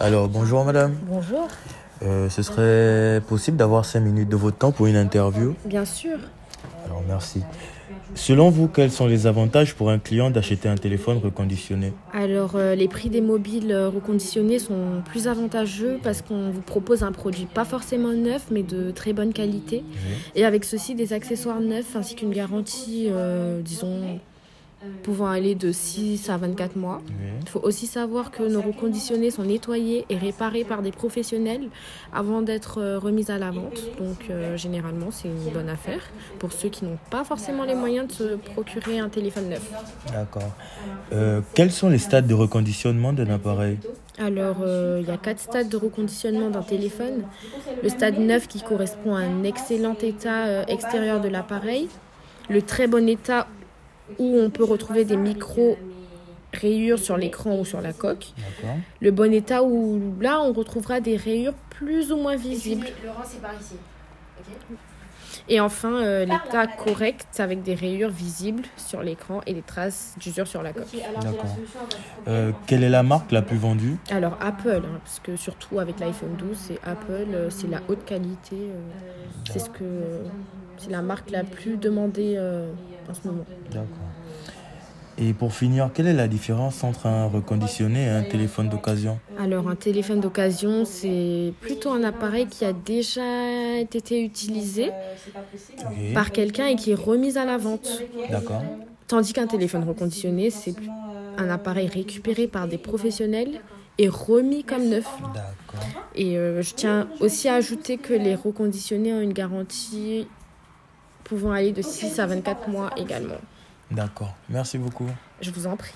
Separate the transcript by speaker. Speaker 1: Alors, bonjour madame.
Speaker 2: Bonjour.
Speaker 1: Euh, ce serait possible d'avoir 5 minutes de votre temps pour une interview
Speaker 2: Bien sûr.
Speaker 1: Alors, merci. Selon vous, quels sont les avantages pour un client d'acheter un téléphone reconditionné
Speaker 2: Alors, euh, les prix des mobiles euh, reconditionnés sont plus avantageux parce qu'on vous propose un produit pas forcément neuf, mais de très bonne qualité. Et avec ceci, des accessoires neufs ainsi qu'une garantie, euh, disons, pouvant aller de 6 à 24 mois. Il faut aussi savoir que nos reconditionnés sont nettoyés et réparés par des professionnels avant d'être euh, remis à la vente. Donc euh, généralement, c'est une bonne affaire pour ceux qui n'ont pas forcément les moyens de se procurer un téléphone neuf.
Speaker 1: D'accord. Euh, quels sont les stades de reconditionnement d'un appareil
Speaker 2: Alors, euh, il y a quatre stades de reconditionnement d'un téléphone. Le stade neuf qui correspond à un excellent état euh, extérieur de l'appareil. Le très bon état où on peut retrouver des micro-rayures sur l'écran ou sur la coque.
Speaker 1: D'accord.
Speaker 2: Le bon état où là, on retrouvera des rayures plus ou moins visibles.
Speaker 3: Laurent, c'est par ici.
Speaker 2: Et enfin, euh, l'état correct avec des rayures visibles sur l'écran et des traces d'usure sur la coque.
Speaker 3: alors
Speaker 1: j'ai la D'accord. Euh, quelle est la marque la plus vendue
Speaker 2: Alors Apple, hein, parce que surtout avec l'iPhone 12, c'est Apple, euh, c'est la haute qualité, euh, c'est ce que euh, c'est la marque la plus demandée euh, en ce moment.
Speaker 1: D'accord. Et pour finir, quelle est la différence entre un reconditionné et un téléphone d'occasion
Speaker 2: Alors un téléphone d'occasion, c'est plutôt un appareil qui a déjà été utilisé
Speaker 1: Oui.
Speaker 2: par quelqu'un et qui est remis à la vente,
Speaker 1: D'accord.
Speaker 2: tandis qu'un téléphone reconditionné, c'est un appareil récupéré par des professionnels et remis comme neuf.
Speaker 1: D'accord.
Speaker 2: Et euh, je tiens aussi à ajouter que les reconditionnés ont une garantie pouvant aller de 6 à 24 mois également.
Speaker 1: D'accord. Merci beaucoup.
Speaker 2: Je vous en prie.